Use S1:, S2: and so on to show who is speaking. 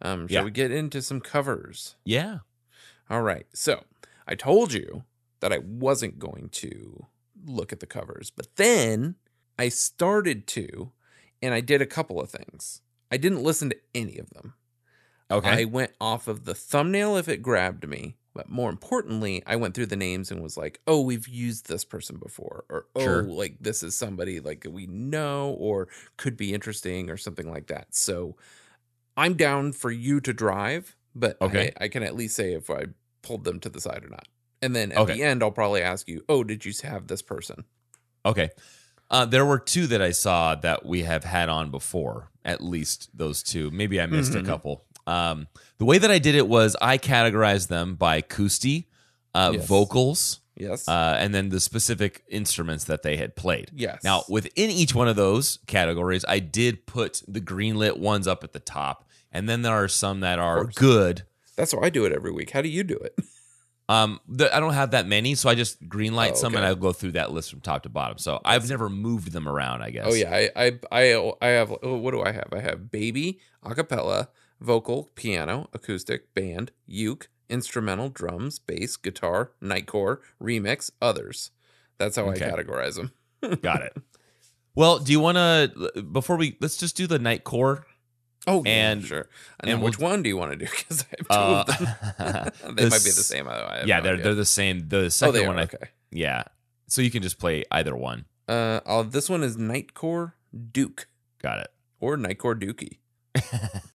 S1: Um, shall
S2: Yeah.
S1: we get into some covers?
S2: Yeah.
S1: All right. So I told you that I wasn't going to look at the covers, but then I started to, and I did a couple of things. I didn't listen to any of them. I
S2: Okay.
S1: went off of the thumbnail if it grabbed me, but more importantly, I went through the names and was like, "Oh, we've used this person before," or "Oh,
S2: Sure.
S1: like this is somebody like we know or could be interesting or something like that." So, I'm down for you to drive, but
S2: Okay.
S1: I, I can at least say if I pulled them to the side or not. And then at
S2: Okay.
S1: the end, I'll probably ask you, "Oh, did you have this person?"
S2: okay. Uh, there were two that I saw that we have had on before, at least those two. Maybe I missed
S1: Mhm.
S2: a couple. Um, the way that I did it was I categorized them by Kusti, uh,
S1: Yes.
S2: vocals,
S1: Yes.
S2: uh, and then the specific instruments that they had played.
S1: yes.
S2: Now, within each one of those categories, I did put the greenlit ones up at the top, and then there are some that are
S1: course.
S2: good.
S1: that's how I do it every week. How do you do it?
S2: Um, the, I don't have that many, so I just greenlight
S1: Oh,
S2: some,
S1: okay.
S2: and I'll go through that list from top to bottom. So I've never moved them around. I guess.
S1: Oh yeah, I I I, I have oh, what do I have? I have baby, acapella, vocal, piano, acoustic, band, uke, instrumental, drums, bass, guitar, nightcore, remix, others. That's how
S2: Okay.
S1: I categorize them.
S2: got it. Well, do you want to before we let's just do the night core?
S1: Oh,
S2: And-
S1: sure. And,
S2: and
S1: which one do you want to do? Because I have two of them.
S2: Uh,
S1: they might be the
S2: s-
S1: same. I I have
S2: Yeah,
S1: no
S2: they're
S1: idea.
S2: they're the same. The
S1: oh,
S2: second
S1: they
S2: one,
S1: are
S2: I,
S1: okay.
S2: yeah. So you can just play either one.
S1: Uh, I'll, this one is nightcore Duke
S2: Got it.
S1: or nightcore Dookie.